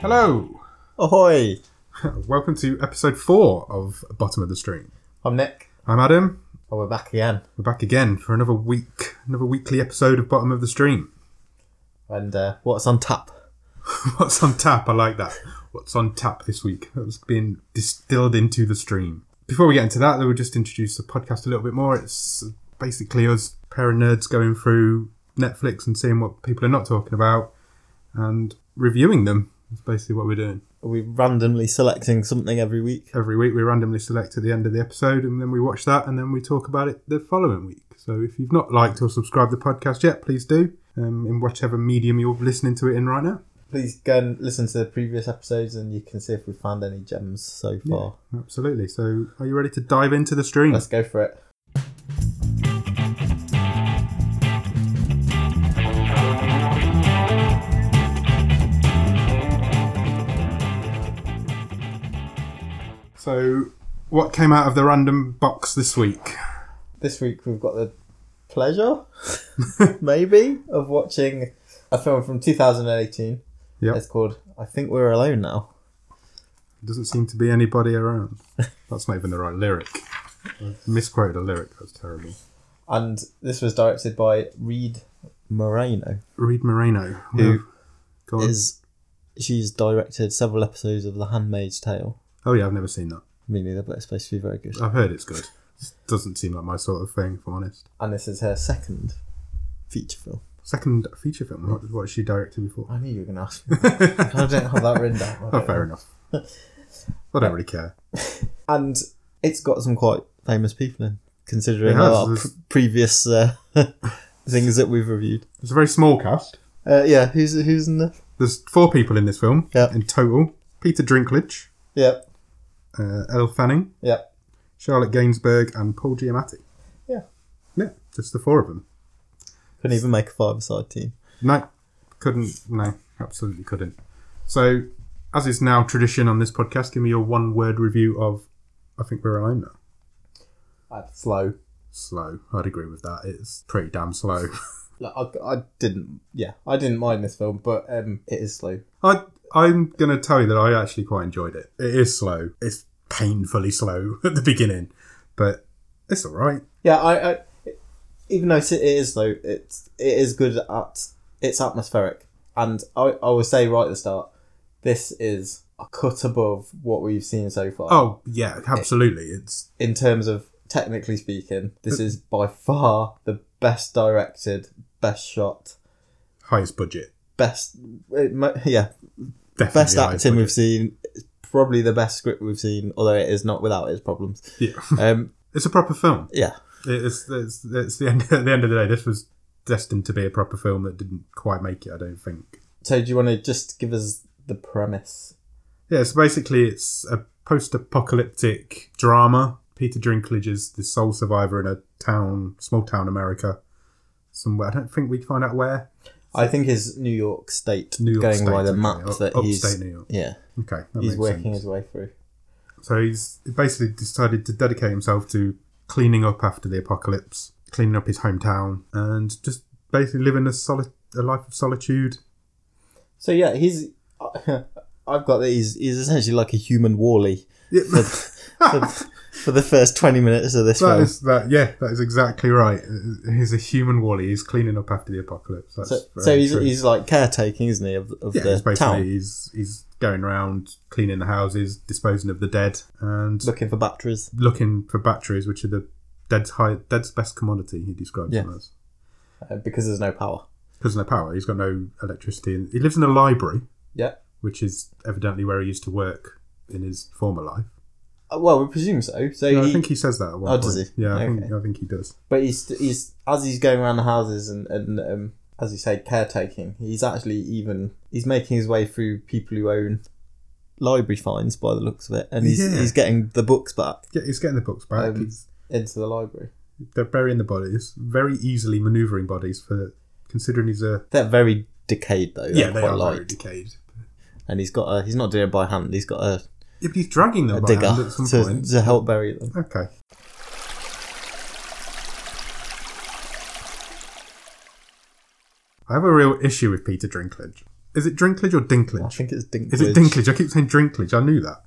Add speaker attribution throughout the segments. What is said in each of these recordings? Speaker 1: Hello.
Speaker 2: Ahoy!
Speaker 1: Welcome to episode four of Bottom of the Stream.
Speaker 2: I'm Nick.
Speaker 1: I'm Adam.
Speaker 2: Oh, we're back again.
Speaker 1: We're back again for another week, another weekly episode of Bottom of the Stream.
Speaker 2: And uh, what's on tap?
Speaker 1: What's on tap? I like that. What's on tap this week? That was being distilled into the stream. Before we get into that, though, we'll just introduce the podcast a little bit more. It's basically us, pair of nerds, going through Netflix and seeing what people are not talking about and reviewing them. That's basically what we're doing.
Speaker 2: Are we randomly selecting something every week?
Speaker 1: every week we randomly select at the end of the episode and then we watch that and then we talk about it the following week so if you've not liked or subscribed to the podcast yet please do um, in whichever medium you're listening to it in right now
Speaker 2: Please go and listen to the previous episodes and you can see if we found any gems so far.
Speaker 1: absolutely so are you ready to dive into the stream
Speaker 2: Let's go for it.
Speaker 1: so what came out of the random box this week
Speaker 2: This week we've got the pleasure, maybe, of watching a film from 2018.
Speaker 1: Yep.
Speaker 2: It's called I Think We're Alone Now.
Speaker 1: doesn't seem to be anybody around that's not even the right lyric I misquoted a lyric that was terrible
Speaker 2: And this was directed by Reed Moreno,
Speaker 1: reed moreno
Speaker 2: Who
Speaker 1: Well, go on.
Speaker 2: is she's directed several episodes of The Handmaid's Tale.
Speaker 1: oh yeah i've never seen that
Speaker 2: Me neither, but it's supposed to be very good.
Speaker 1: i've heard it's good doesn't seem like my sort of thing if i'm honest
Speaker 2: and this is her second feature film.
Speaker 1: second feature film. What, what she directed before?
Speaker 2: I knew you were going to ask me. that. I don't have that written down.
Speaker 1: Oh, fair enough. I don't really care.
Speaker 2: And it's got some quite famous people in, considering
Speaker 1: It has,
Speaker 2: our pr-
Speaker 1: there's-
Speaker 2: previous uh, things that we've reviewed.
Speaker 1: It's a very small cast.
Speaker 2: Uh, yeah, who's who's in the?
Speaker 1: There's four people in this film
Speaker 2: Yeah.
Speaker 1: in total: Peter Dinklage,
Speaker 2: Yep,
Speaker 1: uh, Elle Fanning,
Speaker 2: yep.
Speaker 1: Charlotte Gainsbourg, and Paul Giamatti.
Speaker 2: Yeah.
Speaker 1: yeah, just the four of them.
Speaker 2: Couldn't even make a five-a-side team.
Speaker 1: No, couldn't. No, absolutely couldn't. So, as is now tradition on this podcast, give me your one-word review of. I think we're alone now.
Speaker 2: That's slow.
Speaker 1: Slow. I'd agree with that. It's pretty damn slow.
Speaker 2: Like, I, I didn't. Yeah, I didn't mind this film, but um, it is slow.
Speaker 1: I I'm gonna tell you that I actually quite enjoyed it. It is slow. It's painfully slow at the beginning, but it's all right.
Speaker 2: Yeah, I. I even though it is though, it's it is good at it's atmospheric, and I I will say right at the start, this is a cut above what we've seen so far
Speaker 1: Oh yeah, absolutely. It's
Speaker 2: in terms of technically speaking. This is by far the best directed, best shot,
Speaker 1: highest budget.
Speaker 2: best it mo- yeah
Speaker 1: Definitely
Speaker 2: best
Speaker 1: highest
Speaker 2: acting we've
Speaker 1: budget.
Speaker 2: seen. It's Probably the best script we've seen, although it is not without its problems.
Speaker 1: Yeah,
Speaker 2: Um,
Speaker 1: it's a proper film.
Speaker 2: yeah,
Speaker 1: It's it's, it's the end. At the end of the day, this was destined to be a proper film that didn't quite make it. I don't think.
Speaker 2: so do you want to just give us the premise?
Speaker 1: Yeah, so basically, it's a post-apocalyptic drama. Peter Dinklage is the sole survivor in a town, small town America, somewhere. I don't think we find out where.
Speaker 2: I think is New York State
Speaker 1: New York
Speaker 2: going
Speaker 1: State,
Speaker 2: by the
Speaker 1: okay.
Speaker 2: map
Speaker 1: Up-
Speaker 2: that
Speaker 1: upstate
Speaker 2: he's
Speaker 1: New York.
Speaker 2: yeah
Speaker 1: Okay, that
Speaker 2: he's
Speaker 1: makes
Speaker 2: working
Speaker 1: sense.
Speaker 2: his way through.
Speaker 1: So he's basically decided to dedicate himself to cleaning up after the apocalypse, cleaning up his hometown, and just basically living a solid a life of solitude.
Speaker 2: So yeah, he's I've got that he's he's essentially like a human Wally
Speaker 1: Yeah,
Speaker 2: for, for, for the first twenty minutes of this
Speaker 1: that
Speaker 2: film.
Speaker 1: is that. Yeah, that is exactly right. He's a human Wally. He's cleaning up after the apocalypse. That's
Speaker 2: so
Speaker 1: very
Speaker 2: so he's,
Speaker 1: true.
Speaker 2: he's like caretaking, isn't he, of, of
Speaker 1: yeah, it's
Speaker 2: the
Speaker 1: basically
Speaker 2: town,
Speaker 1: he's he's going around cleaning the houses, disposing of the dead, and
Speaker 2: looking for batteries.
Speaker 1: looking for batteries, which are the dead's high, dead's best commodity. He describes
Speaker 2: Yeah.
Speaker 1: them as.
Speaker 2: Uh, because there's no power.
Speaker 1: because of no power. He's got no electricity. And he lives in a library,
Speaker 2: Yeah.
Speaker 1: which is evidently where he used to work in his former life.
Speaker 2: Uh, Well, we presume so. So
Speaker 1: No, I
Speaker 2: he,
Speaker 1: think he says that. At one
Speaker 2: Oh,
Speaker 1: point.
Speaker 2: does he?
Speaker 1: Yeah, I, think,
Speaker 2: Okay.
Speaker 1: I think he does.
Speaker 2: but he's he's as he's going around the houses and and um, as you say caretaking, he's actually even he's making his way through people who own library fines by the looks of it, and he's
Speaker 1: Yeah.
Speaker 2: he's getting the books back
Speaker 1: Yeah, he's getting the books back.
Speaker 2: Um,
Speaker 1: He's-
Speaker 2: into the library.
Speaker 1: they're burying the bodies, very easily manoeuvring bodies for considering he's a
Speaker 2: They're very decayed though. They're
Speaker 1: yeah, they
Speaker 2: quite
Speaker 1: are
Speaker 2: light,
Speaker 1: very decayed.
Speaker 2: and he's got a he's not doing it by hand. He's got a,
Speaker 1: If he's dragging them
Speaker 2: a
Speaker 1: by hand
Speaker 2: digger
Speaker 1: at some
Speaker 2: to,
Speaker 1: point,
Speaker 2: to help bury them.
Speaker 1: okay. I have a real issue with Peter Drinklage. Is it Drinklage or
Speaker 2: I
Speaker 1: Dinklage?
Speaker 2: think it's Dinklage.
Speaker 1: Is it Dinklage? I keep saying Drinklage. I knew that.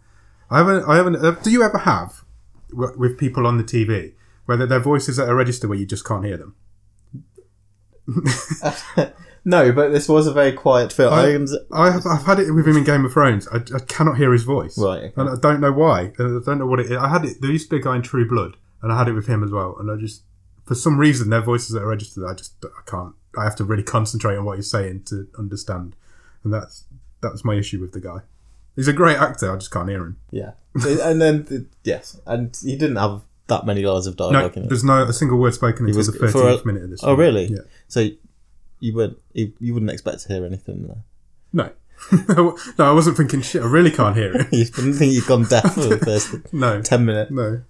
Speaker 1: I haven't. I haven't. Uh, do you ever have w- with people on the TV where their- their voices at a register where you just can't hear them?
Speaker 2: no, but this was a very quiet film.
Speaker 1: I-
Speaker 2: I, was-
Speaker 1: I have, I've had it with him in Game of Thrones. I, I cannot hear his voice.
Speaker 2: Right, okay.
Speaker 1: And I don't know why. And I don't know what it is. I had it. There used to be a guy in True Blood, and I had it with him as well. And I just, for some reason, their voices are registered. I just, I can't. I have to really concentrate on what he's saying to understand. And that's that's my issue with the guy. He's a great actor. I just can't hear him.
Speaker 2: yeah, and then the- yes, and he didn't have that many lines of
Speaker 1: No,
Speaker 2: dialogue. in it.
Speaker 1: there's no a single word spoken until
Speaker 2: was-
Speaker 1: the
Speaker 2: for a-
Speaker 1: 13th minute of this.
Speaker 2: Oh,
Speaker 1: film.
Speaker 2: really?
Speaker 1: Yeah.
Speaker 2: So you would you, you wouldn't expect to hear anything there.
Speaker 1: No. no, I wasn't thinking shit. I really can't hear it.
Speaker 2: You wouldn't think you'd gone deaf for the first
Speaker 1: No.
Speaker 2: ten minutes.
Speaker 1: No.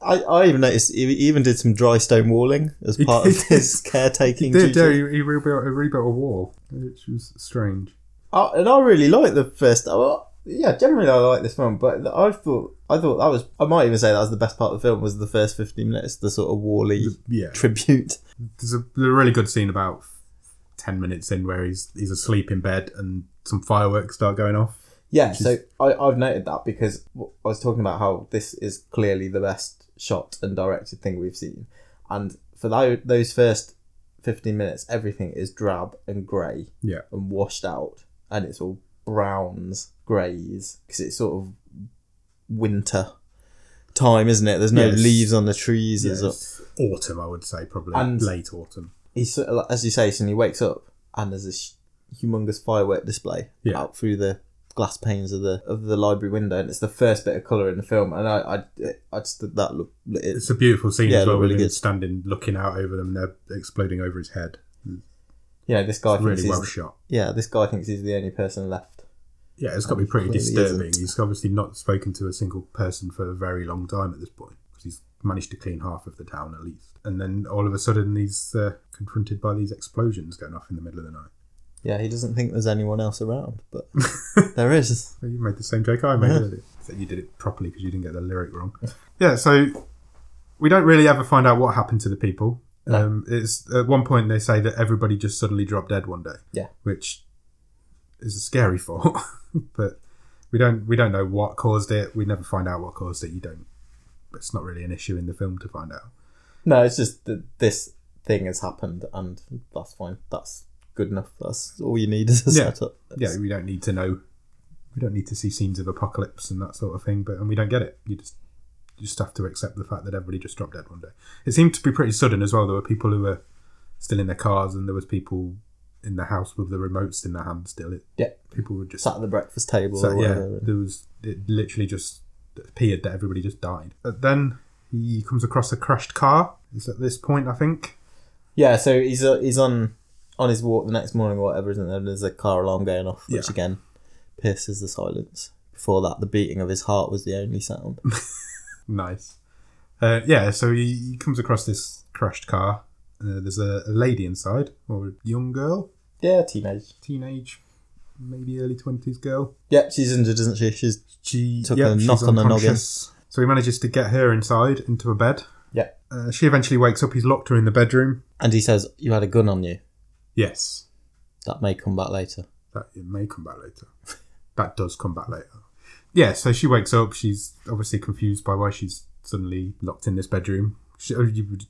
Speaker 2: I, I even noticed he even did some dry stone walling as
Speaker 1: He
Speaker 2: part
Speaker 1: did.
Speaker 2: of his caretaking
Speaker 1: Did,
Speaker 2: duties.
Speaker 1: yeah, he, he, rebuilt, he rebuilt a wall, which was strange.
Speaker 2: I, and I really like the first. Well, yeah, generally I like this film, but I thought I thought that was I might even say that was the best part of the film was the first fifteen minutes, the sort of Wally
Speaker 1: Yeah.
Speaker 2: tribute.
Speaker 1: There's a, there's a really good scene about 10 minutes in where he's he's asleep in bed and some fireworks start going off.
Speaker 2: Yeah, so I, I've noted that because I was talking about how this is clearly the best shot and directed thing we've seen, and for tho- those first fifteen minutes, everything is drab and grey.
Speaker 1: Yeah.
Speaker 2: and washed out, and it's all browns, greys, because it's sort of winter time, isn't it? There's no
Speaker 1: Yes.
Speaker 2: leaves on the trees. there's a-
Speaker 1: It's autumn, I would say, probably.
Speaker 2: And-
Speaker 1: Late autumn.
Speaker 2: he's sort of like- as you say, suddenly wakes up, and there's this humongous firework display
Speaker 1: Yeah.
Speaker 2: out through the glass panes of the of the library window, and it's the first bit of color in the film, and I I, I just that look. It's,
Speaker 1: It's a beautiful scene
Speaker 2: Yeah,
Speaker 1: as well,
Speaker 2: look
Speaker 1: with
Speaker 2: really
Speaker 1: him
Speaker 2: good.
Speaker 1: standing looking out over them, they're exploding over his head.
Speaker 2: you know, this guy thinks
Speaker 1: Really
Speaker 2: he's,
Speaker 1: well shot.
Speaker 2: yeah, this guy thinks he's the only person left.
Speaker 1: Yeah, it's got to be pretty
Speaker 2: Clearly
Speaker 1: disturbing.
Speaker 2: isn't.
Speaker 1: He's obviously not spoken to a single person for a very long time at this point because he's managed to clean half of the town at least. And then all of a sudden, he's uh, confronted by these explosions going off in the middle of the night.
Speaker 2: Yeah, he doesn't think there's anyone else around, but there is.
Speaker 1: Well, Oh, You made the same joke I made earlier. So you did it properly because you didn't get the lyric wrong. Yeah, so we don't really ever find out what happened to the people.
Speaker 2: No.
Speaker 1: Um, it's at one point they say that everybody just suddenly dropped dead one day.
Speaker 2: Yeah.
Speaker 1: which is a scary thought, but we don't we don't know what caused it. We never find out what caused it. You don't. It's not really an issue in the film to find out.
Speaker 2: No, it's just that this thing has happened, and that's fine. That's good enough. That's all you need is a
Speaker 1: Yeah.
Speaker 2: setup.
Speaker 1: Yeah, we don't need to know. We don't need to see scenes of apocalypse and that sort of thing. But and we don't get it. You just you just have to accept the fact that everybody just dropped dead one day. It seemed to be pretty sudden as well. There were people who were still in their cars, and there was people in the house with the remotes in their hands still. It,
Speaker 2: Yeah.
Speaker 1: people were just
Speaker 2: Sat at the breakfast table.
Speaker 1: so,
Speaker 2: or
Speaker 1: yeah.
Speaker 2: whatever.
Speaker 1: There was it literally just appeared that everybody just died. But then he comes across a crashed car. It's at this point, I think.
Speaker 2: Yeah, so he's uh, he's on on his walk the next morning or whatever, isn't there? And there's a car alarm going off, which
Speaker 1: Yeah.
Speaker 2: again pierces the silence. Before that, the beating of his heart was the only sound.
Speaker 1: Nice. Uh, yeah, so he, he comes across this crashed car. Uh, there's a, a lady inside, or a young girl,
Speaker 2: yeah, teenage.
Speaker 1: teenage, maybe early 20s girl.
Speaker 2: Yep, she's injured, isn't she? She's
Speaker 1: She
Speaker 2: Took
Speaker 1: yeah,
Speaker 2: a
Speaker 1: she's
Speaker 2: knock on the noggin.
Speaker 1: unconscious. So he manages to get her inside into a bed.
Speaker 2: yeah,
Speaker 1: Uh, she eventually wakes up. He's locked her in the bedroom.
Speaker 2: and he says you had a gun on you.
Speaker 1: Yes,
Speaker 2: That may come back later.
Speaker 1: that it may come back later. that does come back later. Yeah, so she wakes up. She's obviously confused by why she's suddenly locked in this bedroom. She, oh, you would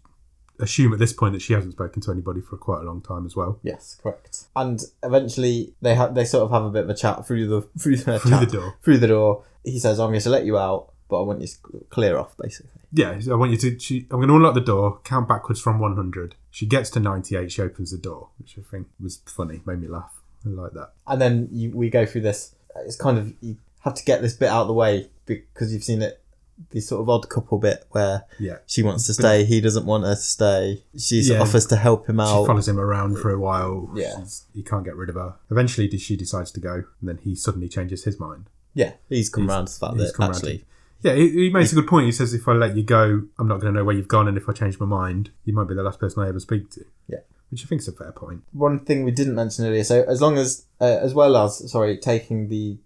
Speaker 1: assume at this point that she hasn't spoken to anybody for quite a long time as well.
Speaker 2: Yes, correct. And eventually they have they sort of have a bit of a chat through the through the,
Speaker 1: Through
Speaker 2: chat,
Speaker 1: the door.
Speaker 2: Through the door, he says, "I'm going to let you out, but I want you to clear off." Basically,
Speaker 1: Yeah, I want you to. She, I'm going to unlock the door, count backwards from 100. She gets to 98, she opens the door, which I think was funny, made me laugh. I like that.
Speaker 2: and then you, we go through this. It's kind of you have to get this bit out of the way because you've seen it. The sort of odd couple bit where
Speaker 1: Yeah.
Speaker 2: she wants to stay, he doesn't want her to stay. She
Speaker 1: Yeah.
Speaker 2: offers to help him
Speaker 1: She
Speaker 2: out.
Speaker 1: follows him around for a while.
Speaker 2: Oh. Yeah.
Speaker 1: She's- he can't get rid of her. Eventually, she decides to go, and then he suddenly changes his mind.
Speaker 2: yeah, he's come round to the fact
Speaker 1: he's
Speaker 2: that
Speaker 1: come round
Speaker 2: actually,
Speaker 1: Yeah, he, he makes a good point. He says, "If I let you go, I'm not going to know where you've gone, and if I change my mind, you might be the last person I ever speak to."
Speaker 2: Yeah.
Speaker 1: which I think is a fair point.
Speaker 2: one thing we didn't mention earlier. So as long as, uh, as well as, sorry, taking the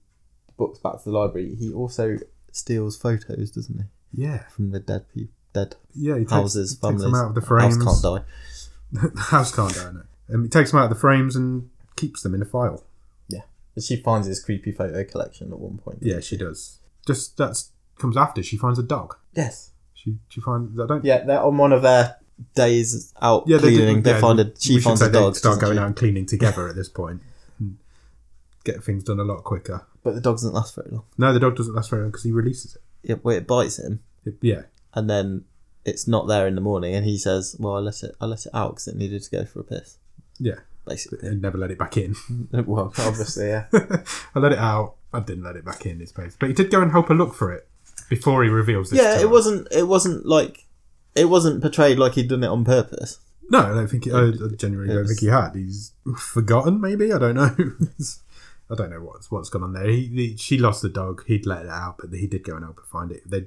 Speaker 2: books back to the library, he also steals photos, doesn't he,
Speaker 1: Yeah,
Speaker 2: from the dead people, dead
Speaker 1: yeah. He takes,
Speaker 2: houses,
Speaker 1: he takes
Speaker 2: families.
Speaker 1: them out of the frames.
Speaker 2: House can't die.
Speaker 1: the house can't die. No. Um, he takes them out of the frames and keeps them in a file.
Speaker 2: Yeah. But she finds his creepy photo collection at one point.
Speaker 1: Yeah, she does. Just that's comes after she finds a dog.
Speaker 2: Yes.
Speaker 1: She she finds I don't.
Speaker 2: Yeah, they're on one of their days out
Speaker 1: Yeah, they did-
Speaker 2: cleaning. They,
Speaker 1: yeah,
Speaker 2: find a she
Speaker 1: we should
Speaker 2: finds
Speaker 1: say
Speaker 2: a
Speaker 1: they
Speaker 2: dog.
Speaker 1: Start
Speaker 2: doesn't
Speaker 1: going
Speaker 2: she?
Speaker 1: out and cleaning together at this point. and Get things done a lot quicker.
Speaker 2: But the dog doesn't last very long.
Speaker 1: No, the dog doesn't last very long because he releases it.
Speaker 2: Yeah, well, it bites him,
Speaker 1: It- Yeah,
Speaker 2: and then it's not there in the morning. And he says, "Well, I let it. I let it out because it needed to go for a piss."
Speaker 1: yeah.
Speaker 2: Basically.
Speaker 1: And never let it back in.
Speaker 2: well, obviously, yeah.
Speaker 1: I let it out. I didn't let it back in. This place, but he did go and help her look for it before he reveals this.
Speaker 2: yeah,
Speaker 1: to
Speaker 2: it
Speaker 1: her.
Speaker 2: wasn't. It wasn't like. It wasn't portrayed like he'd done it on purpose.
Speaker 1: No, I don't think. He, I I genuinely
Speaker 2: It
Speaker 1: don't
Speaker 2: was-
Speaker 1: think he had. He's forgotten. Maybe I don't know. I don't know what's what's gone on there. He, he she lost the dog. He'd let it out, but he did go and help her find it. They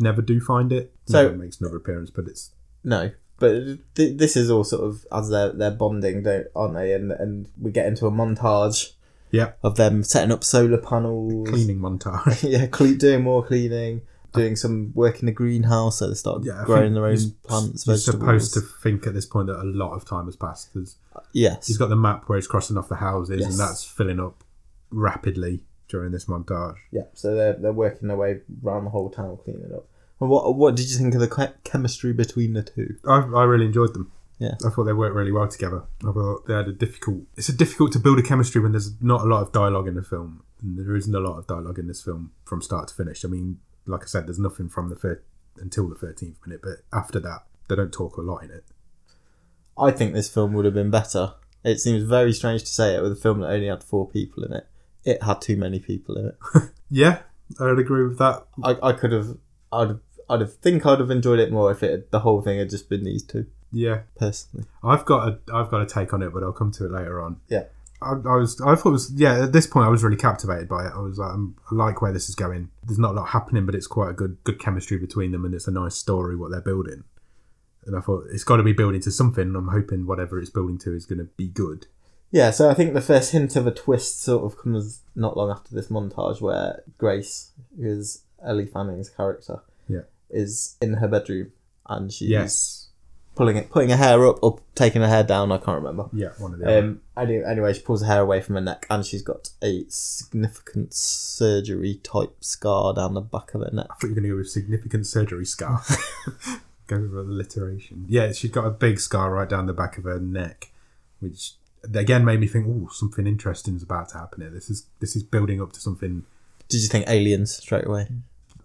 Speaker 1: never do find it.
Speaker 2: So-
Speaker 1: Never makes another appearance, but it's
Speaker 2: No, but th- this is all sort of as they're they're bonding, don't, aren't they? And and we get into a montage.
Speaker 1: Yeah.
Speaker 2: Of them setting up solar panels.
Speaker 1: cleaning montage.
Speaker 2: yeah, cle- doing more cleaning, doing some work in the greenhouse. So they start
Speaker 1: Yeah, I
Speaker 2: growing
Speaker 1: think
Speaker 2: their own
Speaker 1: you're s-
Speaker 2: plants,
Speaker 1: You're
Speaker 2: vegetables.
Speaker 1: supposed to think at this point that a lot of time has passed. 'cause
Speaker 2: yes,
Speaker 1: he's got the map where he's crossing off the houses,
Speaker 2: Yes.
Speaker 1: and that's filling up rapidly during this montage.
Speaker 2: yeah. So they're they're working their way around the whole town cleaning up. And what what did you think of the che- chemistry between the two?
Speaker 1: I, I really enjoyed them.
Speaker 2: Yeah.
Speaker 1: I thought they worked really well together. I thought they had a difficult. It's a difficult to build a chemistry when there's not a lot of dialogue in the film. And there isn't a lot of dialogue in this film from start to finish. I mean, like I said, there's nothing from the fir- until the thirteenth minute, but after that, they don't talk a lot in it.
Speaker 2: I think this film would have been better. It seems very strange to say it with a film that only had four people in it. It had too many people in it.
Speaker 1: Yeah, I would agree with that.
Speaker 2: I, I could have I'd I'd have think I'd have enjoyed it more if it had, the whole thing had just been these two
Speaker 1: Yeah,
Speaker 2: personally.
Speaker 1: I've got a I've got a take on it, but I'll come to it later on.
Speaker 2: Yeah.
Speaker 1: I, I was I thought it was yeah at this point I was really captivated by it. I was like I'm, I like where this is going. There's not a lot happening, but it's quite a good good chemistry between them, and it's a nice story what they're building. And I thought it's got to be building to something. and I'm hoping whatever it's building to is going to be good.
Speaker 2: Yeah, so I think the first hint of a twist sort of comes not long after this montage where Grace, who is Ellie Fanning's character,
Speaker 1: Yeah.
Speaker 2: is in her bedroom and she's
Speaker 1: Yes.
Speaker 2: pulling it putting her hair up or taking her hair down, I can't remember.
Speaker 1: Yeah. One of the other.
Speaker 2: Um, any- anyway, she pulls her hair away from her neck, and she's got a significant surgery type scar down the back of her neck.
Speaker 1: I thought you were going to go with significant surgery scar. go with alliteration. Yeah, she's got a big scar right down the back of her neck, which again made me think, oh, something interesting's about to happen here. This is this is building up to something.
Speaker 2: Did you think aliens straight away?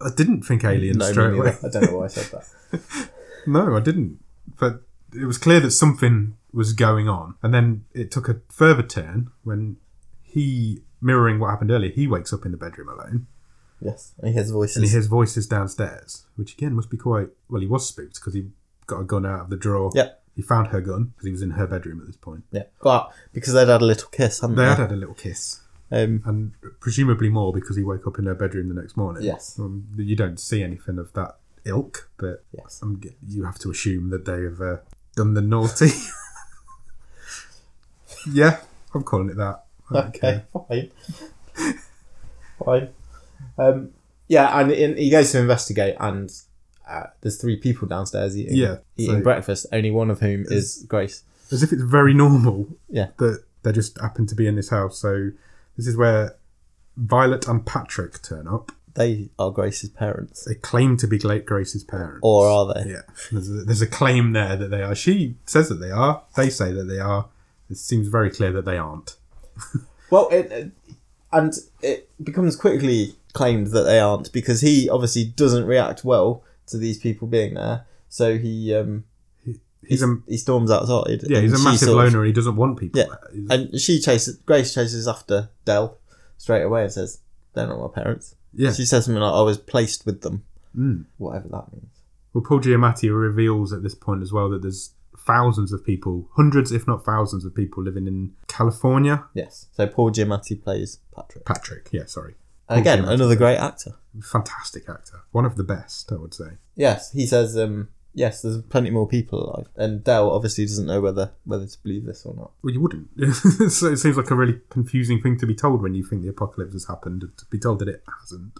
Speaker 1: I didn't think aliens
Speaker 2: me
Speaker 1: straight
Speaker 2: neither.
Speaker 1: away.
Speaker 2: I don't know why I said that.
Speaker 1: No, I didn't. But it was clear that something was going on, and then it took a further turn when he, mirroring what happened earlier, he wakes up in the bedroom alone.
Speaker 2: Yes, and he hears voices.
Speaker 1: and he hears voices downstairs, which again must be quite. Well, he was spooked because he got a gun out of the drawer.
Speaker 2: Yep.
Speaker 1: He found her gun because he was in her bedroom at this point.
Speaker 2: yeah, but because they'd had a little kiss, hadn't
Speaker 1: They
Speaker 2: they?
Speaker 1: had had a little kiss,
Speaker 2: um,
Speaker 1: and presumably more because he woke up in her bedroom the next morning.
Speaker 2: Yes.
Speaker 1: Um, you don't see anything of that ilk, but
Speaker 2: yes.
Speaker 1: um, you have to assume that they have uh, done the naughty. yeah, I'm calling it that. I don't
Speaker 2: Okay,
Speaker 1: care.
Speaker 2: fine. fine. Um, yeah, and in, he goes to investigate, and uh, there's three people downstairs eating,
Speaker 1: Yeah,
Speaker 2: eating
Speaker 1: so-
Speaker 2: breakfast, only one of whom is Grace.
Speaker 1: as if it's very normal.
Speaker 2: Yeah.
Speaker 1: That they just happen to be in this house. So this is where Violet and Patrick turn up.
Speaker 2: They are Grace's parents.
Speaker 1: They claim to be Gla- Grace's parents.
Speaker 2: Or are they?
Speaker 1: yeah, there's a, there's a claim there that they are. She says that they are. They say that they are. It seems very clear that they aren't.
Speaker 2: Well, it, it- and it becomes quickly claimed that they aren't because he obviously doesn't react well to these people being there. So he um
Speaker 1: He's a
Speaker 2: he storms outside.
Speaker 1: yeah,
Speaker 2: and
Speaker 1: he's a
Speaker 2: she
Speaker 1: massive
Speaker 2: sort of-
Speaker 1: loner. He doesn't want people.
Speaker 2: Yeah.
Speaker 1: there. He's-
Speaker 2: and she chases Grace chases after Dell straight away and says they're not my parents.
Speaker 1: yeah.
Speaker 2: She says something like I was placed with them,
Speaker 1: Mm.
Speaker 2: whatever that means.
Speaker 1: Well, Paul Giamatti reveals at this point as well that there's thousands of people, hundreds if not thousands of people living in California.
Speaker 2: Yes. So Paul Giamatti plays Patrick.
Speaker 1: Patrick, yeah, sorry,
Speaker 2: And again,
Speaker 1: Giamatti.
Speaker 2: another great actor.
Speaker 1: fantastic actor, one of the best, I would say.
Speaker 2: Yes, he says. um Yes, there's plenty more people alive, and Dell obviously doesn't know whether whether to believe this or not.
Speaker 1: Well, you wouldn't. so it seems like a really confusing thing to be told when you think the apocalypse has happened. To be told that it hasn't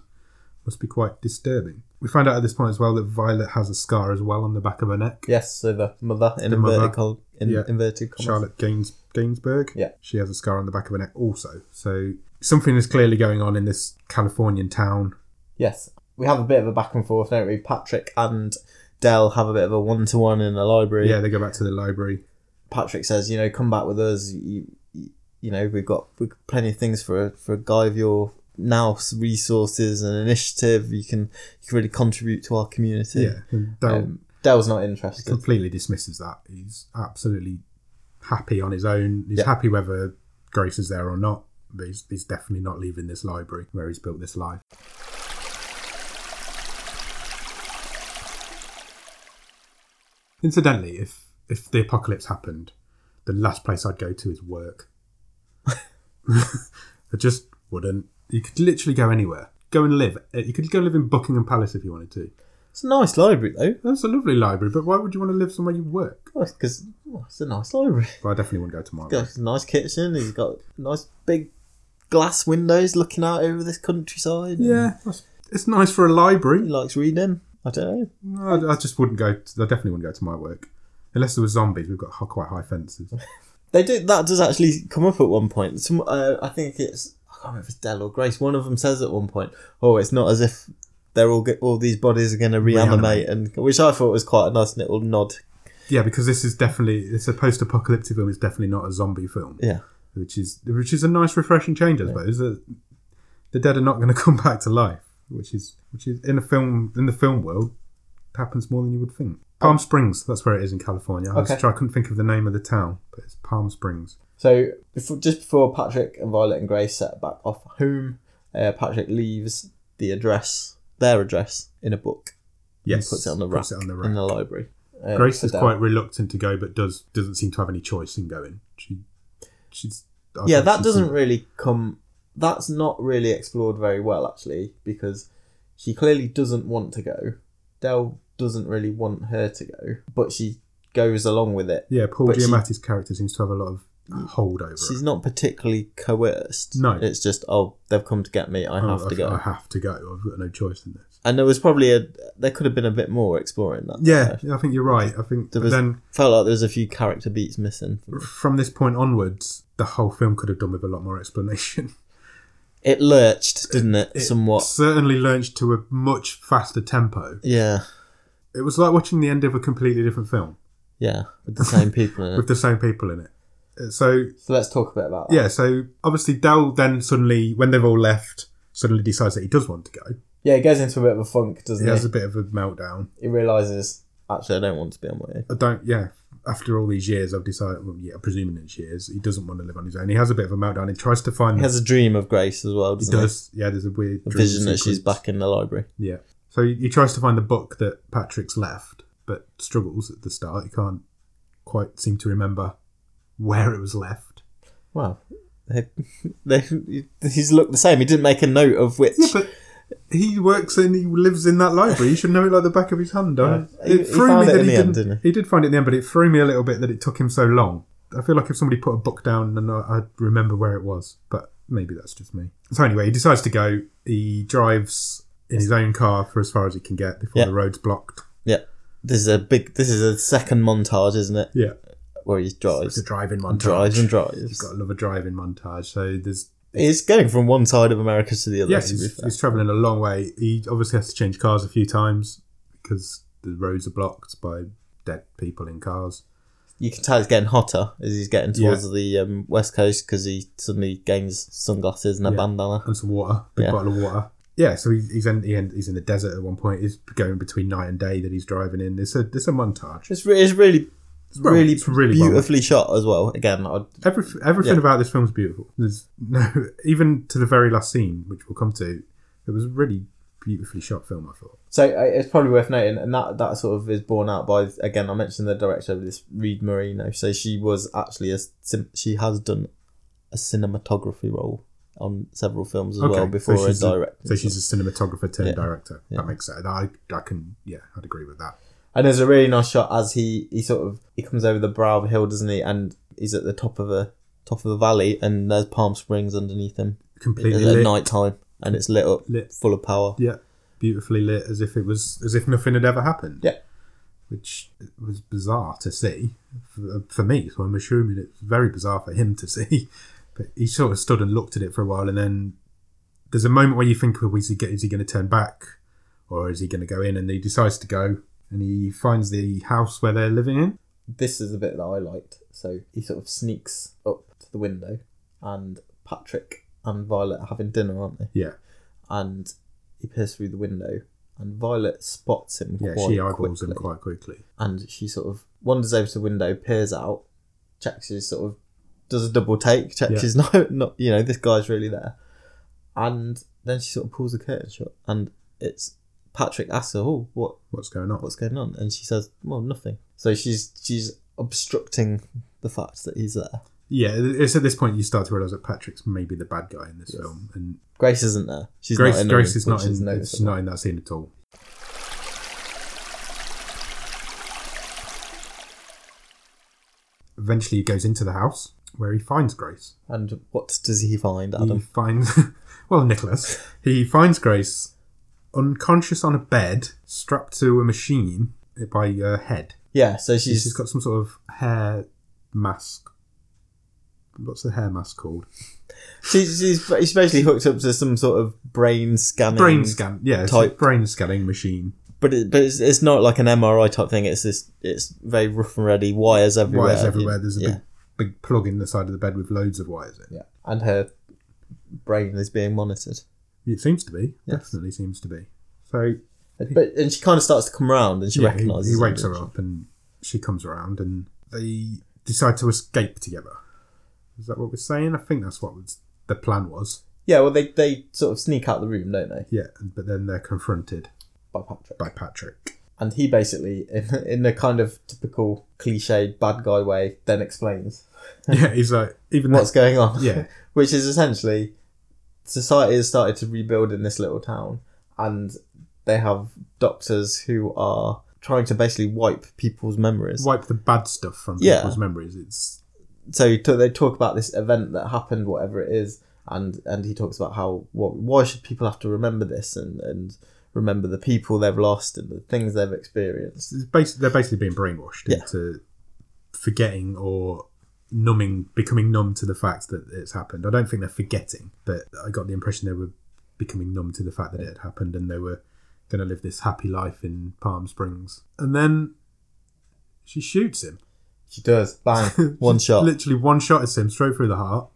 Speaker 1: must be quite disturbing. We find out at this point as well that Violet has a scar as well on the back of her neck.
Speaker 2: Yes, so the mother in
Speaker 1: The
Speaker 2: inverted,
Speaker 1: mother.
Speaker 2: col- in
Speaker 1: Yeah.
Speaker 2: inverted commas.
Speaker 1: Charlotte Gains- Gainsbourg.
Speaker 2: Yeah.
Speaker 1: She has a scar on the back of her neck also. So something is clearly going on in this Californian town.
Speaker 2: Yes, we have a bit of a back and forth, don't we? Patrick and Dell have a bit of a one to one in the library.
Speaker 1: Yeah, they go back to the library.
Speaker 2: Patrick says, you know, come back with us. You, you, you know, we've got we've got plenty of things for a, for a guy of your now s- resources and initiative. You can you can really contribute to our community.
Speaker 1: Yeah, and Dale
Speaker 2: Um, Dell's not interested.
Speaker 1: completely dismisses that. He's absolutely happy on his own. He's
Speaker 2: Yeah.
Speaker 1: happy whether Grace is there or not. But he's, he's definitely not leaving this library where he's built this life. Incidentally, if if the apocalypse happened, the last place I'd go to is work. I just wouldn't. You could literally go anywhere. Go and live. Uh, You could go live in Buckingham Palace if you wanted to.
Speaker 2: It's a nice library though,
Speaker 1: That's a lovely library, but why would you want to live somewhere you work?
Speaker 2: because it's a nice library.
Speaker 1: Well, I definitely wouldn't go to mine.
Speaker 2: He's got a nice kitchen. He's got nice big glass windows looking out over this countryside. and
Speaker 1: Yeah, that's- it's nice for a
Speaker 2: he
Speaker 1: library.
Speaker 2: likes reading. I don't know.
Speaker 1: No, I, I just wouldn't go. To, I definitely wouldn't go to my work unless there were zombies. We've got h- quite high fences.
Speaker 2: They do that does actually come up at one point. Some uh, I think it's I can't remember if it's Dell or Grace. One of them says at one point, "Oh, it's not as if they're all go- all these bodies are going to reanimate," and which I thought was quite a nice little nod.
Speaker 1: yeah, because this is definitely it's a post-apocalyptic film. It's definitely not a zombie film,
Speaker 2: Yeah,
Speaker 1: which is which is a nice, refreshing change. I suppose that the dead are not going to come back to life, which is which is in a film in the film world happens more than you would think. Palm Springs, that's where it is in California. I, was
Speaker 2: Oh. Okay.
Speaker 1: try- I couldn't think of the name of the town, but it's Palm Springs.
Speaker 2: So before, just before Patrick and Violet and Grace set back off home, uh, Patrick leaves the address, their address, in a book. and
Speaker 1: Yes,
Speaker 2: puts it on the rack,
Speaker 1: puts it on the
Speaker 2: in
Speaker 1: rack.
Speaker 2: the library. Uh,
Speaker 1: Grace
Speaker 2: for
Speaker 1: is
Speaker 2: Dell.
Speaker 1: quite reluctant to go, but does doesn't seem to have any choice in going. She, she's I
Speaker 2: yeah.
Speaker 1: think
Speaker 2: That
Speaker 1: she's-
Speaker 2: doesn't really come. That's not really explored very well, actually, because she clearly doesn't want to go. Dell doesn't really want her to go, but she goes along with it.
Speaker 1: Yeah, Paul
Speaker 2: but she-
Speaker 1: Giamatti's character seems to have a lot of hold over.
Speaker 2: She's
Speaker 1: her.
Speaker 2: not particularly coerced.
Speaker 1: No.
Speaker 2: it's just oh, they've come to get me. I
Speaker 1: Oh,
Speaker 2: have to go.
Speaker 1: I have to go. I've got no choice in this.
Speaker 2: And there was probably a there could have been a bit more exploring that.
Speaker 1: Yeah, I think you're right. I think
Speaker 2: There
Speaker 1: but
Speaker 2: was-
Speaker 1: then
Speaker 2: felt like there was a few character beats missing.
Speaker 1: from this point onwards, the whole film could have done with a lot more explanation.
Speaker 2: It lurched, didn't it? Somewhat.
Speaker 1: Certainly launched to a much faster tempo.
Speaker 2: Yeah,
Speaker 1: It was like watching the end of a completely different film
Speaker 2: yeah, with the same people in
Speaker 1: with
Speaker 2: it.
Speaker 1: the same people in it. Uh, So
Speaker 2: So let's talk a bit about that.
Speaker 1: Yeah, so obviously Dell then suddenly, when they've all left, suddenly decides that he does want to go.
Speaker 2: Yeah, it goes into a bit of a funk, doesn't
Speaker 1: He has
Speaker 2: it?
Speaker 1: a bit of a meltdown.
Speaker 2: It realizes actually I don't want to be on my own.
Speaker 1: I don't, yeah. After all these years, I've decided, well, yeah, presuming it's years, he doesn't want to live on his own. He has a bit of a meltdown. He tries to find.
Speaker 2: He has a dream of Grace as well,
Speaker 1: he
Speaker 2: doesn't he?
Speaker 1: does. Yeah, there's a weird
Speaker 2: A
Speaker 1: dream
Speaker 2: vision that she's
Speaker 1: sequence.
Speaker 2: back in the library.
Speaker 1: Yeah. So he, he tries to find the book that Patrick's left, but struggles at the start. He can't quite seem to remember where it was left.
Speaker 2: Wow. They, they, he's looked the same. He didn't make a note of which.
Speaker 1: Yeah, but he works and he lives in that library. He should know it like the back of his hand. I-
Speaker 2: He- he found it in the end, didn't
Speaker 1: he? did find it in the end, but it threw me a little bit that it took him so long. I feel like if somebody put a book down and I, I'd remember where it was, but maybe that's just me. So anyway, he decides to go. He drives in his own car for as far as he can get before
Speaker 2: Yeah.
Speaker 1: the road's blocked.
Speaker 2: yeah. This is a big. This is a second montage, isn't it?
Speaker 1: Yeah,
Speaker 2: Where he
Speaker 1: it's a
Speaker 2: drives,
Speaker 1: driving montage.
Speaker 2: drives,
Speaker 1: You've
Speaker 2: and drives.
Speaker 1: got to love a driving montage. So there's
Speaker 2: He's going from one side of America to the other.
Speaker 1: yeah,
Speaker 2: to be
Speaker 1: he's,
Speaker 2: fair.
Speaker 1: he's traveling a long way. He obviously has to change cars a few times because the roads are blocked by dead people in cars.
Speaker 2: you can tell it's getting hotter as he's getting towards
Speaker 1: Yeah.
Speaker 2: the um, west coast because he suddenly gains sunglasses and a
Speaker 1: Yeah.
Speaker 2: bandana.
Speaker 1: and some water, big
Speaker 2: Yeah.
Speaker 1: bottle of water. Yeah, so he's he's in, he in- he's in the desert at one point. He's going between night and day that he's driving in. There's a there's a montage.
Speaker 2: It's, re- it's really,
Speaker 1: well-
Speaker 2: really,
Speaker 1: it's really well.
Speaker 2: beautifully shot as well. Again, I,
Speaker 1: Every, everything
Speaker 2: Yeah.
Speaker 1: about this film's beautiful. There's no even to the very last scene, which we'll come to. It was a really beautifully shot film. I thought.
Speaker 2: so uh, it's probably worth noting, and that that sort of is borne out by again. I mentioned the director of this, Reed Marino. So she was actually a cin- she has done a cinematography role on several films as well before
Speaker 1: so she's
Speaker 2: a director.
Speaker 1: so she's a cinematographer turned
Speaker 2: Yeah.
Speaker 1: director.
Speaker 2: Yeah.
Speaker 1: That makes sense. I I can yeah, I'd agree with that.
Speaker 2: And there's a really nice shot as he he sort of he comes over the brow of a hill, doesn't he? And he's at the top of a top of a valley, and there's Palm Springs underneath him
Speaker 1: Completely
Speaker 2: at
Speaker 1: lit,
Speaker 2: night time, and it's lit up,
Speaker 1: Lit.
Speaker 2: full of power.
Speaker 1: yeah, beautifully lit as if it was as if nothing had ever happened.
Speaker 2: Yeah.
Speaker 1: which was bizarre to see for, for me. So I'm assuming it's very bizarre for him to see. But he sort of stood and looked at it for a while, and then there's a moment where you think, well, is he, go- is he going to turn back, or is he going to go in? And he decides to go, and he finds the house where they're living in.
Speaker 2: This is the bit that I liked. So he sort of sneaks up to the window, and Patrick and Violet are having dinner, aren't they?
Speaker 1: Yeah,
Speaker 2: And he peers through the window, and Violet spots him
Speaker 1: yeah.
Speaker 2: quite
Speaker 1: she eyeballs
Speaker 2: quickly.
Speaker 1: him quite quickly.
Speaker 2: and she sort of wanders over to the window, peers out, checks his sort of does a double take, checks
Speaker 1: Yeah.
Speaker 2: she's not not you know this guy's really there, and then she sort of pulls the curtain shut, and it's Patrick asks her, "Oh, what
Speaker 1: What's going on?
Speaker 2: what's going on?" and she says, "Well, nothing." So she's she's obstructing the fact that he's there.
Speaker 1: Yeah, it's at this point you start to realize that Patrick's maybe the bad guy in this film, and
Speaker 2: Grace isn't there. She's
Speaker 1: Grace
Speaker 2: not in the
Speaker 1: Grace
Speaker 2: room,
Speaker 1: is not
Speaker 2: which
Speaker 1: in.
Speaker 2: is
Speaker 1: it's
Speaker 2: noticeable.
Speaker 1: not in that scene at all. Eventually, he goes into the house where he finds Grace.
Speaker 2: And what does he find,
Speaker 1: He
Speaker 2: Adam?
Speaker 1: finds, well, Nicholas, he finds Grace unconscious on a bed, strapped to a machine by her head.
Speaker 2: Yeah, so
Speaker 1: She's,
Speaker 2: she's
Speaker 1: she's got some sort of hair mask. What's the hair mask called?
Speaker 2: she's she's, she's basically hooked up to some sort of brain scanning
Speaker 1: Brain scan. Yeah, it's a
Speaker 2: type.
Speaker 1: brain scanning machine.
Speaker 2: but it, but it's, it's not like an MRI type thing. It's this. It's very rough and ready. Wires everywhere.
Speaker 1: Wires everywhere. There's a
Speaker 2: yeah,
Speaker 1: big, big plug in the side of the bed with loads of wires in.
Speaker 2: yeah. And her brain is being monitored.
Speaker 1: It seems to be.
Speaker 2: Yes.
Speaker 1: Definitely seems to be. So
Speaker 2: But and she kind of starts to come round and she
Speaker 1: yeah, he,
Speaker 2: recognises.
Speaker 1: he
Speaker 2: him,
Speaker 1: wakes her
Speaker 2: doesn't
Speaker 1: up and she comes around and they decide to escape together. Is that what we're saying? I think that's what was, the plan was.
Speaker 2: she? Yeah. Well, they they sort of sneak out the room, don't they?
Speaker 1: Yeah, but then they're confronted
Speaker 2: By Patrick.
Speaker 1: by Patrick.
Speaker 2: And he basically, in, in a kind of typical cliche bad guy way, then explains
Speaker 1: yeah, he's like, even though
Speaker 2: what's going on.
Speaker 1: Yeah.
Speaker 2: Which is essentially, society has started to rebuild in this little town, and they have doctors who are trying to basically wipe people's memories.
Speaker 1: wipe the bad stuff from
Speaker 2: Yeah.
Speaker 1: people's memories. It's
Speaker 2: so he t- they talk about this event that happened, whatever it is, and and he talks about how what why should people have to remember this and and remember the people they've lost and the things they've experienced.
Speaker 1: it's basically they're basically being brainwashed
Speaker 2: Yeah.
Speaker 1: into forgetting or numbing, becoming numb to the fact that it's happened. I don't think they're forgetting, but I got the impression they were becoming numb to the fact that it had happened and they were going to live this happy life in Palm Springs. And then she shoots him.
Speaker 2: She does bang one
Speaker 1: She
Speaker 2: shot.
Speaker 1: Literally one shot at him straight through the heart.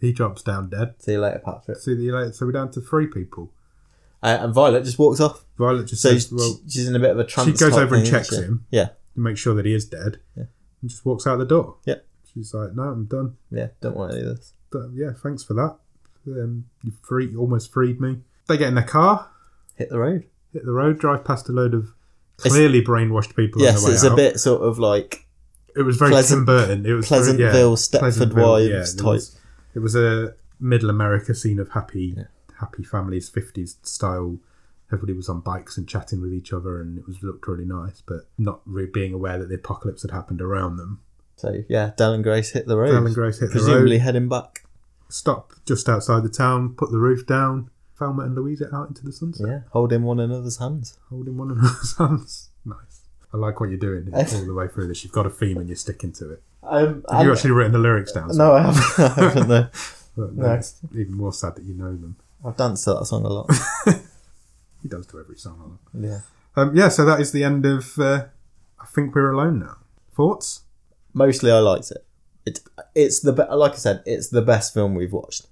Speaker 1: He drops down dead.
Speaker 2: See you later, Patrick.
Speaker 1: See you later. So we're down to three people.
Speaker 2: Uh, and Violet just walks off.
Speaker 1: Violet just
Speaker 2: So
Speaker 1: says,
Speaker 2: she-
Speaker 1: "Well,
Speaker 2: she's in a bit of a trance.
Speaker 1: goes
Speaker 2: type
Speaker 1: over and
Speaker 2: thing, isn't
Speaker 1: checks
Speaker 2: she?
Speaker 1: him.
Speaker 2: Yeah,
Speaker 1: make sure that he is dead,"
Speaker 2: Yeah.
Speaker 1: and just walks out the door.
Speaker 2: Yeah.
Speaker 1: she's like, "No, I'm done."
Speaker 2: yeah. Don't want to do this.
Speaker 1: But yeah, thanks for that. Um, you free, you almost freed me. They get in their car,
Speaker 2: Hit the road.
Speaker 1: hit the road, drive past a load of clearly brainwashed people. on
Speaker 2: yes,
Speaker 1: their way
Speaker 2: it's
Speaker 1: out.
Speaker 2: a bit sort of like
Speaker 1: It was very
Speaker 2: Pleasant-
Speaker 1: Tim Burton. It was
Speaker 2: Pleasantville,
Speaker 1: very, yeah,
Speaker 2: Stepford
Speaker 1: Pleasantville,
Speaker 2: Wives
Speaker 1: yeah, it
Speaker 2: type.
Speaker 1: was- It was a middle America scene of happy,
Speaker 2: Yeah.
Speaker 1: happy families, fifties style. Everybody was on bikes and chatting with each other, and it was looked really nice, but not really being aware that the apocalypse had happened around them.
Speaker 2: So yeah, Dell and Grace hit the road.
Speaker 1: Alan Grace hit the road.
Speaker 2: presumably heading back.
Speaker 1: Stop just outside the town, put the roof down. Thelma and Louisa out into the sunset,
Speaker 2: Yeah, holding one another's hands.
Speaker 1: holding one another's hands. Nice. I like what you're doing all the way through this. You've got a theme and you're sticking to it.
Speaker 2: Um,
Speaker 1: Have you actually written the lyrics down?
Speaker 2: No, I haven't. I haven't. No.
Speaker 1: But
Speaker 2: no.
Speaker 1: It's even more sad that you know them.
Speaker 2: I've danced to that song a lot.
Speaker 1: He does to every song. I love.
Speaker 2: Yeah.
Speaker 1: Um, yeah, so that is the end of. Uh, I think we're alone now. Thoughts?
Speaker 2: Mostly, I liked it. It's it's the be- like I said, it's the best film we've watched.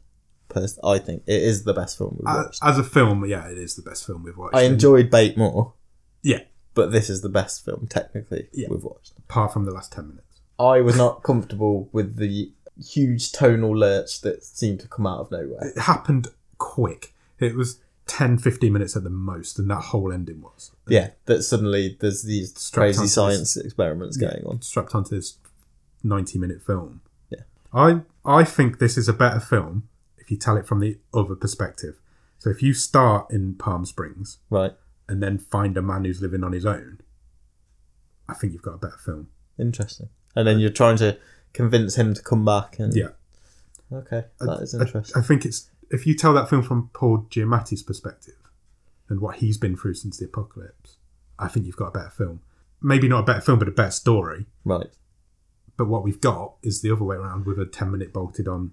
Speaker 2: Pers- I think it is the best film we've
Speaker 1: Uh,
Speaker 2: watched.
Speaker 1: as a film, yeah, it is the best film we've watched.
Speaker 2: I enjoyed Bait more,
Speaker 1: Yeah,
Speaker 2: but this is the best film technically
Speaker 1: Yeah.
Speaker 2: we've watched.
Speaker 1: apart from the last ten minutes.
Speaker 2: I was not comfortable with the huge tonal lurch that seemed to come out of nowhere.
Speaker 1: It happened quick. It was 10, 15 minutes at the most, and that whole ending was.
Speaker 2: Yeah, that suddenly there's these
Speaker 1: Strapped onto
Speaker 2: crazy
Speaker 1: this-
Speaker 2: science experiments going on.
Speaker 1: strapped onto this 90 minute film.
Speaker 2: Yeah.
Speaker 1: I I think this is a better film if you tell it from the other perspective. So if you start in Palm Springs
Speaker 2: Right,
Speaker 1: and then find a man who's living on his own, I think you've got a better film.
Speaker 2: interesting. And then you're trying to convince him to come back. And
Speaker 1: Yeah.
Speaker 2: okay,
Speaker 1: I-
Speaker 2: that is
Speaker 1: I-
Speaker 2: interesting.
Speaker 1: I, think it's if you tell that film from Paul Giamatti's perspective and what he's been through since the apocalypse, I think you've got a better film. Maybe not a better film, but a better story.
Speaker 2: Right.
Speaker 1: But what we've got is the other way around with a 10 minute bolted on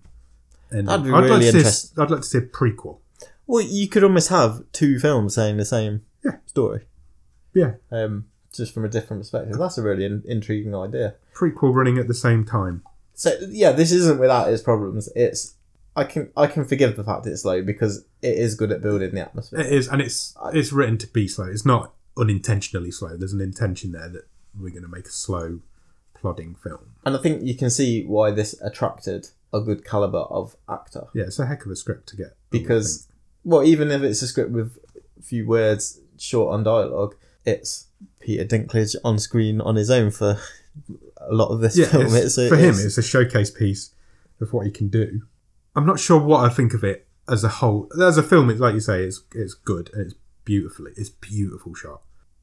Speaker 1: ending.
Speaker 2: That'd be
Speaker 1: I'd like
Speaker 2: really
Speaker 1: to see a-
Speaker 2: interest-
Speaker 1: I'd like to see a prequel.
Speaker 2: Well, you could almost have two films saying the same
Speaker 1: Yeah.
Speaker 2: story,
Speaker 1: Yeah,
Speaker 2: um, just from a different perspective. That's a really in- intriguing idea.
Speaker 1: prequel running at the same time.
Speaker 2: So yeah, this isn't without its problems. It's I can I can forgive the fact it's slow because it is good at building the atmosphere.
Speaker 1: It is, and it's it's written to be slow. It's not unintentionally slow. There's an intention there that we're going to make a slow, plodding film.
Speaker 2: And I think you can see why this attracted a good caliber of actor
Speaker 1: Yeah, it's a heck of a script to get
Speaker 2: because, well, even if it's a script with few words short on dialogue, it's Peter Dinklage on screen on his own for a lot of this
Speaker 1: yeah,
Speaker 2: film.
Speaker 1: it's-
Speaker 2: It's,
Speaker 1: for him,
Speaker 2: it's-
Speaker 1: it's a showcase piece of what he can do. I'm not sure what I think of it as a whole. As a film, it's like you say, it's it's good and it's beautifully, it's beautiful shot.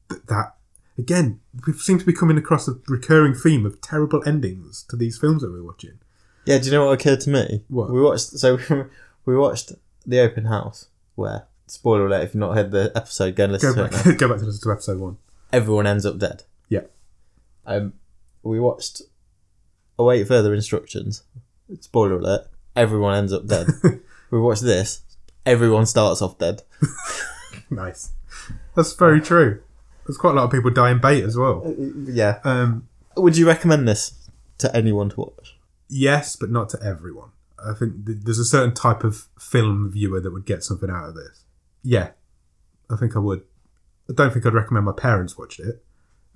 Speaker 1: But that again, we seem to be coming across a recurring theme of terrible endings to these films that we're watching.
Speaker 2: yeah. Do you know what occurred to me?
Speaker 1: What?
Speaker 2: we watched? So we watched the open house where spoiler alert if you've not heard the episode, go and listen
Speaker 1: Go
Speaker 2: to
Speaker 1: back,
Speaker 2: it. now.
Speaker 1: go back to, to episode one.
Speaker 2: Everyone ends up dead.
Speaker 1: Yeah,
Speaker 2: Um, we watched Await Further Instructions. Spoiler alert. Everyone ends up dead. we watched this. Everyone starts off dead.
Speaker 1: nice. That's very true. There's quite a lot of people die in bait as well.
Speaker 2: Yeah.
Speaker 1: Um,
Speaker 2: Would you recommend this to anyone to watch?
Speaker 1: yes, but not to everyone. I think th- there's a certain type of film viewer that would get something out of this. Yeah, I think I would. I don't think I'd recommend my parents watched it.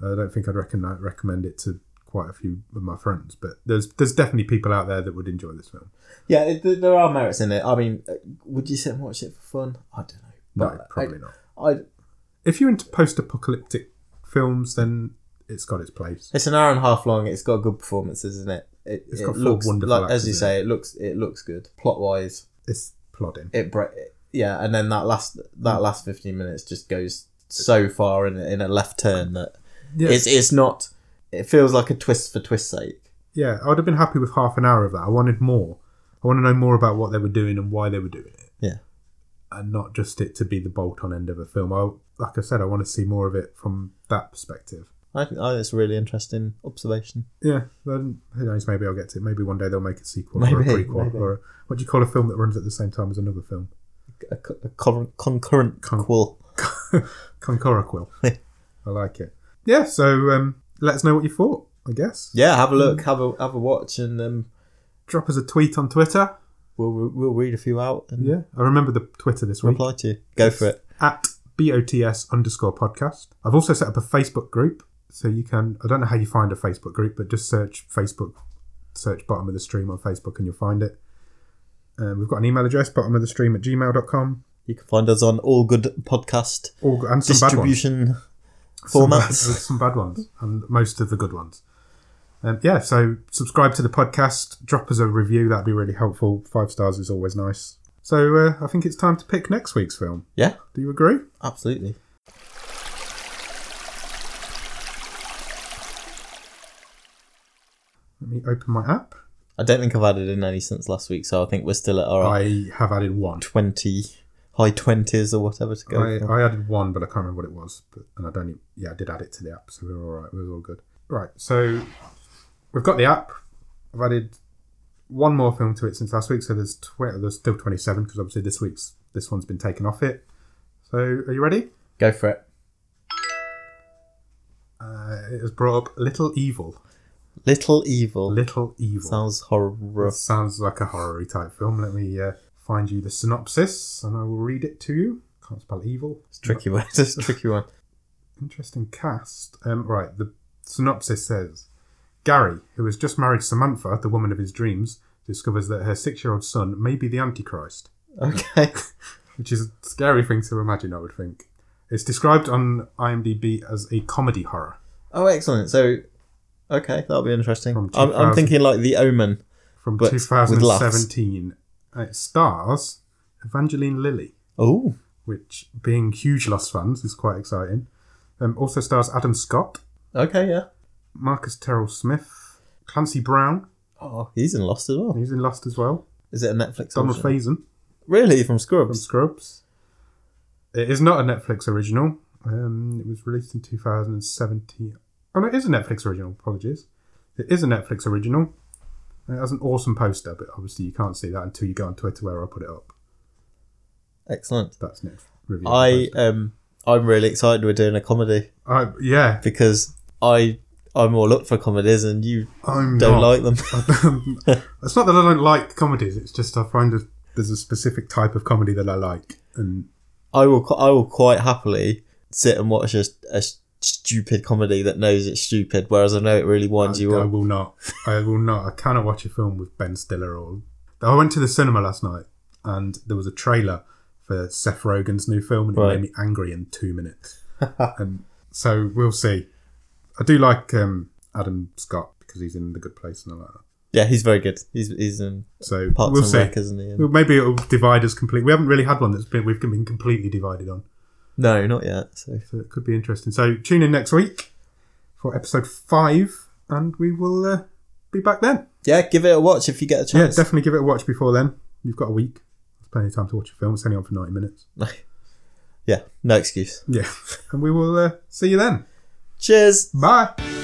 Speaker 1: I don't think I'd recon- recommend it to quite a few of my friends, but there's there's definitely people out there that would enjoy this film.
Speaker 2: Yeah, it, th- there are merits in it. I mean, uh, would you sit and watch it for fun? I don't know.
Speaker 1: No,
Speaker 2: But
Speaker 1: probably not.
Speaker 2: I, I,
Speaker 1: If you're into post-apocalyptic films, then it's got its place.
Speaker 2: it's an hour and a half long. It's got good performances, isn't it? It,
Speaker 1: It's
Speaker 2: it
Speaker 1: got four
Speaker 2: looks
Speaker 1: wonderful
Speaker 2: like,
Speaker 1: actors
Speaker 2: as you
Speaker 1: in
Speaker 2: say, it looks it looks good plot wise.
Speaker 1: It's plodding.
Speaker 2: It bre- yeah, and then that last that last fifteen minutes just goes so far in in a left turn that
Speaker 1: Yeah.
Speaker 2: It's it's not. It feels like a twist for twist's sake.
Speaker 1: Yeah, I would have been happy with half an hour of that. I wanted more. I want to know more about what they were doing and why they were doing it.
Speaker 2: Yeah.
Speaker 1: And not just it to be the bolt on end of a film. I, like I said, I want to see more of it from that perspective.
Speaker 2: I think I think it's a really interesting observation.
Speaker 1: Yeah, then who knows? Maybe I'll get to it. Maybe one day they'll make a sequel or a
Speaker 2: Maybe,
Speaker 1: prequel
Speaker 2: maybe.
Speaker 1: or a, what do you call a film that runs at the same time as another film?
Speaker 2: A, co- a con- concurrent
Speaker 1: Con-
Speaker 2: quill.
Speaker 1: Concoraquil. I like it. Yeah, so um, let us know what you thought. I guess.
Speaker 2: Yeah, have a look,
Speaker 1: Mm.
Speaker 2: have a have a watch, and um,
Speaker 1: Drop us a tweet on Twitter.
Speaker 2: we'll we'll read a few out and
Speaker 1: Yeah, I remember the Twitter this week.
Speaker 2: reply to you. Go for it.
Speaker 1: at BOTS underscore podcast. I've also set up a Facebook group. So you can, I don't know how you find a Facebook group, but just search Facebook, search bottom of the stream on Facebook and you'll find it. Um, we've got an email address, bottom of the stream at gmail.com.
Speaker 2: You can find us on all good podcast
Speaker 1: All, and some bad ones.
Speaker 2: distribution
Speaker 1: Some bad-
Speaker 2: formats.
Speaker 1: some bad ones, and most of the good ones. Um, yeah, so subscribe to the podcast, drop us a review, that'd be really helpful. Five stars is always nice. So uh, I think it's time to pick next week's film.
Speaker 2: Yeah,
Speaker 1: Do you agree?
Speaker 2: absolutely.
Speaker 1: Let me open my app.
Speaker 2: I don't think I've added in any since last week, so I think we're still at our
Speaker 1: I have added one.
Speaker 2: twenty high twenties or whatever to go.
Speaker 1: I,
Speaker 2: for.
Speaker 1: I added one, but I can't remember what it was. But, and I don't. e- Yeah, I did add it to the app, so we were all right. We were all good. Right. So we've got the app. I've added one more film to it since last week. So there's tw- there's still 27 because obviously this week's this one's been taken off it. So are you ready?
Speaker 2: Go for it.
Speaker 1: Uh, it has brought up Little Evil.
Speaker 2: Little Evil
Speaker 1: Little Evil
Speaker 2: sounds horrible.
Speaker 1: sounds like a horror type film. Let me uh, find you the synopsis, and I will read it to you. Can't spell evil.
Speaker 2: It's a tricky one. It's a tricky one.
Speaker 1: Interesting cast. Um, right, the synopsis says Gary, who has just married Samantha, the woman of his dreams, discovers that her six year old son may be the Antichrist,
Speaker 2: Okay.
Speaker 1: which is a scary thing to imagine, I would think. It's described on IMDb as a comedy horror.
Speaker 2: Oh, excellent. So, okay, that'll be interesting.
Speaker 1: From
Speaker 2: I'm, I'm
Speaker 1: 2000.
Speaker 2: thinking like The Omen.
Speaker 1: From
Speaker 2: But with
Speaker 1: 2017, Uh, it stars Evangeline Lilly,
Speaker 2: Oh,
Speaker 1: which, being huge Lost fans, is quite exciting. Um, also stars Adam Scott,
Speaker 2: okay, yeah.
Speaker 1: Marcus Terrell Smith, Clancy Brown,
Speaker 2: Oh, he's in Lost as well.
Speaker 1: who's in Lost as well,
Speaker 2: Is it a Netflix?
Speaker 1: Donald
Speaker 2: original?
Speaker 1: Faison,
Speaker 2: Really, from
Speaker 1: from
Speaker 2: Scrubs.
Speaker 1: Scrubs. It is not a Netflix original. Um, it was released in 2017. Oh, no, it is a Netflix original. Apologies. It is a Netflix original. And it has an awesome poster, but obviously you can't see that until you go on Twitter where I put it up.
Speaker 2: Excellent.
Speaker 1: That's next review.
Speaker 2: I um I'm really excited we're doing a comedy
Speaker 1: I yeah,
Speaker 2: because I I'm all up for comedies and you
Speaker 1: I'm
Speaker 2: don't
Speaker 1: not.
Speaker 2: like them.
Speaker 1: it's not that I don't like comedies. It's just I find that there's a specific type of comedy that I like, and
Speaker 2: I will qu- I will quite happily sit and watch a, a stupid comedy that knows it's stupid, whereas I know it really winds you
Speaker 1: I
Speaker 2: up.
Speaker 1: will not. I will not. I cannot watch a film with Ben Stiller or. I went to the cinema last night, and there was a trailer for Seth Rogen's new film, and it
Speaker 2: Right.
Speaker 1: made me angry in two minutes. and so we'll see. I do like um, Adam Scott because he's in The Good Place and all like that.
Speaker 2: Yeah, he's very good. He's he's in
Speaker 1: So
Speaker 2: Parks
Speaker 1: we'll
Speaker 2: and
Speaker 1: see.
Speaker 2: Rec, isn't he? And-
Speaker 1: Well, maybe it'll divide us completely. We haven't really had one that's been we've been completely divided on.
Speaker 2: no, not yet. So
Speaker 1: So it could be interesting. So tune in next week for episode five, and we will uh, be back then.
Speaker 2: yeah, give it a watch if you get a
Speaker 1: Yeah,
Speaker 2: chance.
Speaker 1: definitely give it a watch before then. You've got a week. There's plenty of time to watch a film. It's only on for 90 minutes.
Speaker 2: yeah, no excuse.
Speaker 1: Yeah. And we will uh, see you then.
Speaker 2: Cheers.
Speaker 1: Bye.